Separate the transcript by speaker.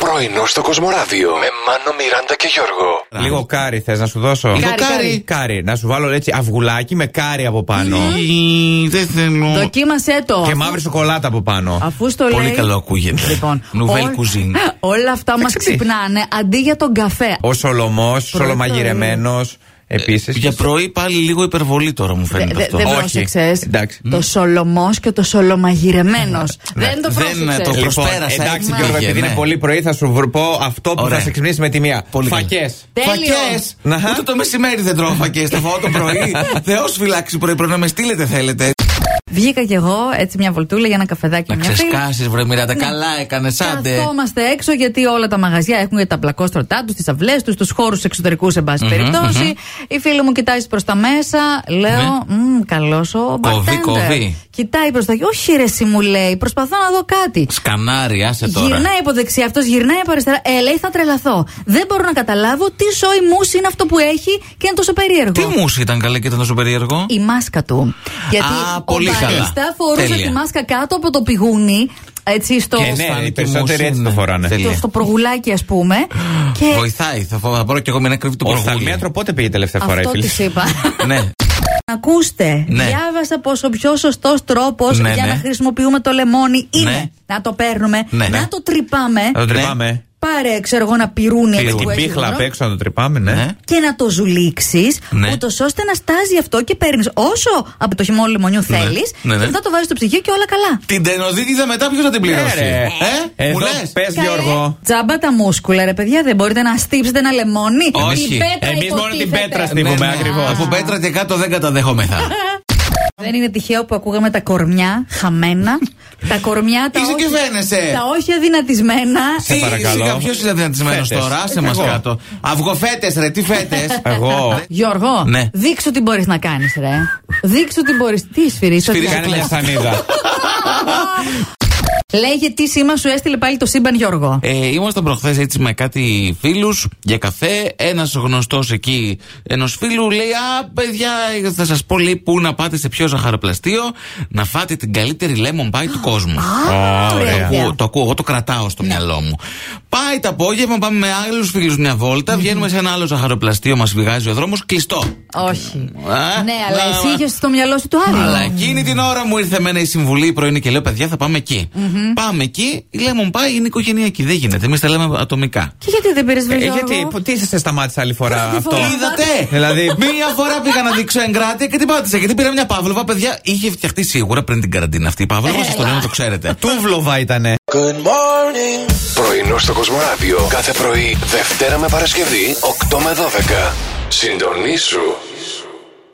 Speaker 1: Πρωινό στο Κοσμοράδιο με Μάνο, Μιράντα και Γιώργο.
Speaker 2: Λίγο κάρι θες να σου δώσω.
Speaker 3: Λίγο κάρι. κάρι.
Speaker 2: Κάρι. Να σου βάλω έτσι αυγουλάκι με κάρι από πάνω.
Speaker 3: Ή, Δεν θέλω.
Speaker 4: Δοκίμασέ το.
Speaker 2: Και μαύρη σοκολάτα από πάνω.
Speaker 4: Αφού στο λέει.
Speaker 3: Πολύ καλό ακούγεται.
Speaker 4: Λοιπόν,
Speaker 3: Νουβέλ
Speaker 4: ό-
Speaker 3: κουζίν.
Speaker 4: Όλα αυτά μας
Speaker 2: Εντάξει.
Speaker 4: ξυπνάνε αντί για τον καφέ.
Speaker 2: Ο Σολομός, σολομαγειρεμένο. Επίσης.
Speaker 3: Για πρωί πάλι λίγο υπερβολή τώρα μου
Speaker 4: Δε-
Speaker 3: φαίνεται
Speaker 4: δε-
Speaker 3: αυτό.
Speaker 4: Δεν
Speaker 2: Όχι.
Speaker 4: πρόσεξε.
Speaker 2: Εντάξει.
Speaker 4: Το σολομός και το σολομαγειρεμένος. Δεν το
Speaker 3: Δεν, ε, το
Speaker 4: πρόσεξε.
Speaker 2: Λοιπόν,
Speaker 3: προσπέρασα,
Speaker 2: εντάξει
Speaker 3: έτσι
Speaker 2: Γιώργο,
Speaker 3: πήγε,
Speaker 2: επειδή
Speaker 3: ναι.
Speaker 2: είναι πολύ πρωί, θα σου βρω- πω αυτό που
Speaker 3: Ωραία.
Speaker 2: θα σε ξυπνήσει με τη μία.
Speaker 3: Πολύ καλά.
Speaker 2: Φακές.
Speaker 4: Τέλειο.
Speaker 3: Φακές.
Speaker 2: Να.
Speaker 3: Ούτε το μεσημέρι δεν τρώω φακές Τα φάω το πρωί. Θεός φυλάξει πρωί. Πρέπει να με στείλετε, θέλετε.
Speaker 4: Βγήκα κι εγώ έτσι μια βολτούλα για ένα καφεδάκι
Speaker 3: Να
Speaker 4: με μια φίλη. Ναι.
Speaker 3: ξεσκάσεις, βρε Μιράτα. Καλά έκανες, άντε.
Speaker 4: Καθόμαστε έξω γιατί όλα τα μαγαζιά έχουν για τα μπλακόστρωτά τους, τις αυλές τους, τους χώρους εξωτερικούς, σε μπαση περιπτώσει. Η φίλη μου κοιτάζει προς τα μέσα, λέω,
Speaker 3: Ναι.
Speaker 4: μμ, καλός ο μπαρτέντερ.
Speaker 3: κοβεί.
Speaker 4: Κοιτάει προς τα Όχι, ρε, εσύ μου λέει, προσπαθώ να δω κάτι.
Speaker 3: Σκανάρι, άσε τώρα.
Speaker 4: Γυρνάει από δεξιά αυτός, γυρνάει από αριστερά. Ε, λέει, θα τρελαθώ. Δεν μπορώ να καταλάβω τι σόι μουσ είναι αυτό που έχει και είναι τόσο περίεργο.
Speaker 3: Τι μους ήταν καλή και ήταν τόσο περίεργο.
Speaker 4: Η μάσκα του. Γιατί
Speaker 3: Α,
Speaker 4: ο
Speaker 3: πολύ καλά.
Speaker 4: μπαρίστα φορούσε
Speaker 3: Τέλεια.
Speaker 4: τη μάσκα κάτω από το πηγούνι, έτσι στο,
Speaker 2: Και ναι,
Speaker 3: φάνηκε
Speaker 2: οι περισσότεροι
Speaker 3: μους,
Speaker 2: έτσι το
Speaker 3: ναι.
Speaker 2: φοράνε.
Speaker 3: Τέλεια.
Speaker 4: στο, στο προγουλάκι, ας πούμε. Και
Speaker 3: Βοηθάει, θα, φο- θα μπορώ και εγώ με ένα κρύβι του
Speaker 2: Ο
Speaker 3: προβολή.
Speaker 2: Σταλμίατρο πότε πήγε τελευταία φορά, η
Speaker 4: αυτό
Speaker 2: φίλη.
Speaker 4: της είπα.
Speaker 3: Ναι.
Speaker 4: Ακούστε,
Speaker 3: Ναι.
Speaker 4: διάβασα πως ο πιο σωστός τρόπος
Speaker 3: Ναι,
Speaker 4: για
Speaker 3: ναι.
Speaker 4: να χρησιμοποιούμε το λεμόνι είναι
Speaker 3: Ναι.
Speaker 4: να το παίρνουμε,
Speaker 3: Ναι, ναι.
Speaker 4: να το τρυπάμε.
Speaker 2: Να το
Speaker 3: Ναι.
Speaker 2: τρυπάμε.
Speaker 4: Πάρε, ξέρω εγώ, ένα πυρούνι
Speaker 2: Με
Speaker 4: έτσι
Speaker 2: την
Speaker 4: που έχει
Speaker 2: πίχλα
Speaker 4: δώρο,
Speaker 2: απ' έξω να το τρυπάμε, ναι.
Speaker 3: Ναι.
Speaker 4: και να το ζουλήξεις,
Speaker 3: Ναι.
Speaker 4: ούτως ώστε να στάζει αυτό και παίρνεις όσο από το χυμό λεμονιού θέλεις.
Speaker 3: Ναι, ναι.
Speaker 4: Και μετά το βάζεις στο ψυγείο και όλα καλά.
Speaker 3: Την τενοδίτιδα μετά ποιος θα την πληρώσει. Ε, μου
Speaker 2: Εδώ
Speaker 3: λες.
Speaker 2: πες Γιώργο.
Speaker 4: Τζάμπα τα μούσκουλα, ρε παιδιά, δεν μπορείτε να στύψετε ένα λεμόνι.
Speaker 3: Όχι.
Speaker 4: Η πέτρα
Speaker 2: Εμείς μόνο την
Speaker 4: υποτίθεται.
Speaker 2: πέτρα στύβουμε.
Speaker 3: Ναι, ναι.
Speaker 2: ακριβώς.
Speaker 3: Από πέτρα και κάτω δεν καταδέχομεθα.
Speaker 4: Δεν είναι τυχαίο που ακούγαμε τα κορμιά χαμένα. τα κορμιά τα
Speaker 3: Είσαι και φαίνεσαι.
Speaker 4: τα όχι αδυνατισμένα.
Speaker 2: Σε παρακαλώ.
Speaker 3: Ποιος είναι δυνατισμένο
Speaker 2: Φέτες.
Speaker 3: τώρα, άσε μα
Speaker 2: Εγώ.
Speaker 3: κάτω. Αυγοφέτες, ρε, τι φέτες.
Speaker 2: Εγώ.
Speaker 4: Γιώργο,
Speaker 3: Ναι.
Speaker 4: δείξου τι μπορείς να κάνεις, ρε. δείξου τι μπορείς. Τι σφυρίζει,
Speaker 3: Σφυρίζω
Speaker 2: Κάνε μια σανίδα.
Speaker 4: Λέγε τι σήμα σου έστειλε πάλι το σύμπαν, Γιώργο.
Speaker 3: Ε, ήμασταν προχθές έτσι με κάτι φίλους για καφέ. Ένας γνωστός εκεί ενός φίλου λέει: Α, παιδιά, θα σας πω λέει πού να πάτε σε ποιο ζαχαροπλαστείο να φάτε την καλύτερη lemon pie του κόσμου.
Speaker 4: Α, ωραία
Speaker 3: Ε, Το
Speaker 4: ιδέα.
Speaker 3: ακούω, το ακούω, εγώ το κρατάω
Speaker 4: Ναι.
Speaker 3: στο μυαλό μου. Πάει το απόγευμα, πάμε με άλλους φίλους μια βόλτα, βγαίνουμε σε ένα άλλο ζαχαροπλαστείο, μας βγάζει ο δρόμος κλειστό.
Speaker 4: Όχι.
Speaker 3: Α,
Speaker 4: ναι, αλλά
Speaker 3: να,
Speaker 4: εσύ
Speaker 3: μα.
Speaker 4: είχες στο μυαλό σου το άλλο.
Speaker 3: Αλλά εκείνη την ώρα μου ήρθε εμένα η συμβουλή η πρωινή και λέω: Παιδιά, θα πάμε εκεί. Πάμε εκεί, η lemon pie είναι οικογενειακή, δεν γίνεται. Εμείς τα λέμε ατομικά.
Speaker 4: Και γιατί δεν πήρες
Speaker 2: Ε,
Speaker 4: βρε Γιώργο?
Speaker 2: Γιατί, που- τι σε σταμάτησε άλλη φορά
Speaker 4: Πρώτη
Speaker 2: αυτό.
Speaker 4: φορά.
Speaker 3: Είδατε!
Speaker 2: Δηλαδή-
Speaker 3: μία φορά πήγα να δείξω εγκράτεια και την πάτησα. Γιατί πήρα μια παύλοβα, παιδιά. Είχε φτιαχτεί σίγουρα πριν την καραντίνα αυτή η
Speaker 4: Ε,
Speaker 3: παύλοβα. Σας το λέω να το ξέρετε.
Speaker 2: Τούβλοβα ήτανε.
Speaker 1: Πρωινό στο Κοσμοράδιο κάθε πρωί, Δευτέρα με Παρασκευή, 8 με 12. Συντονίσου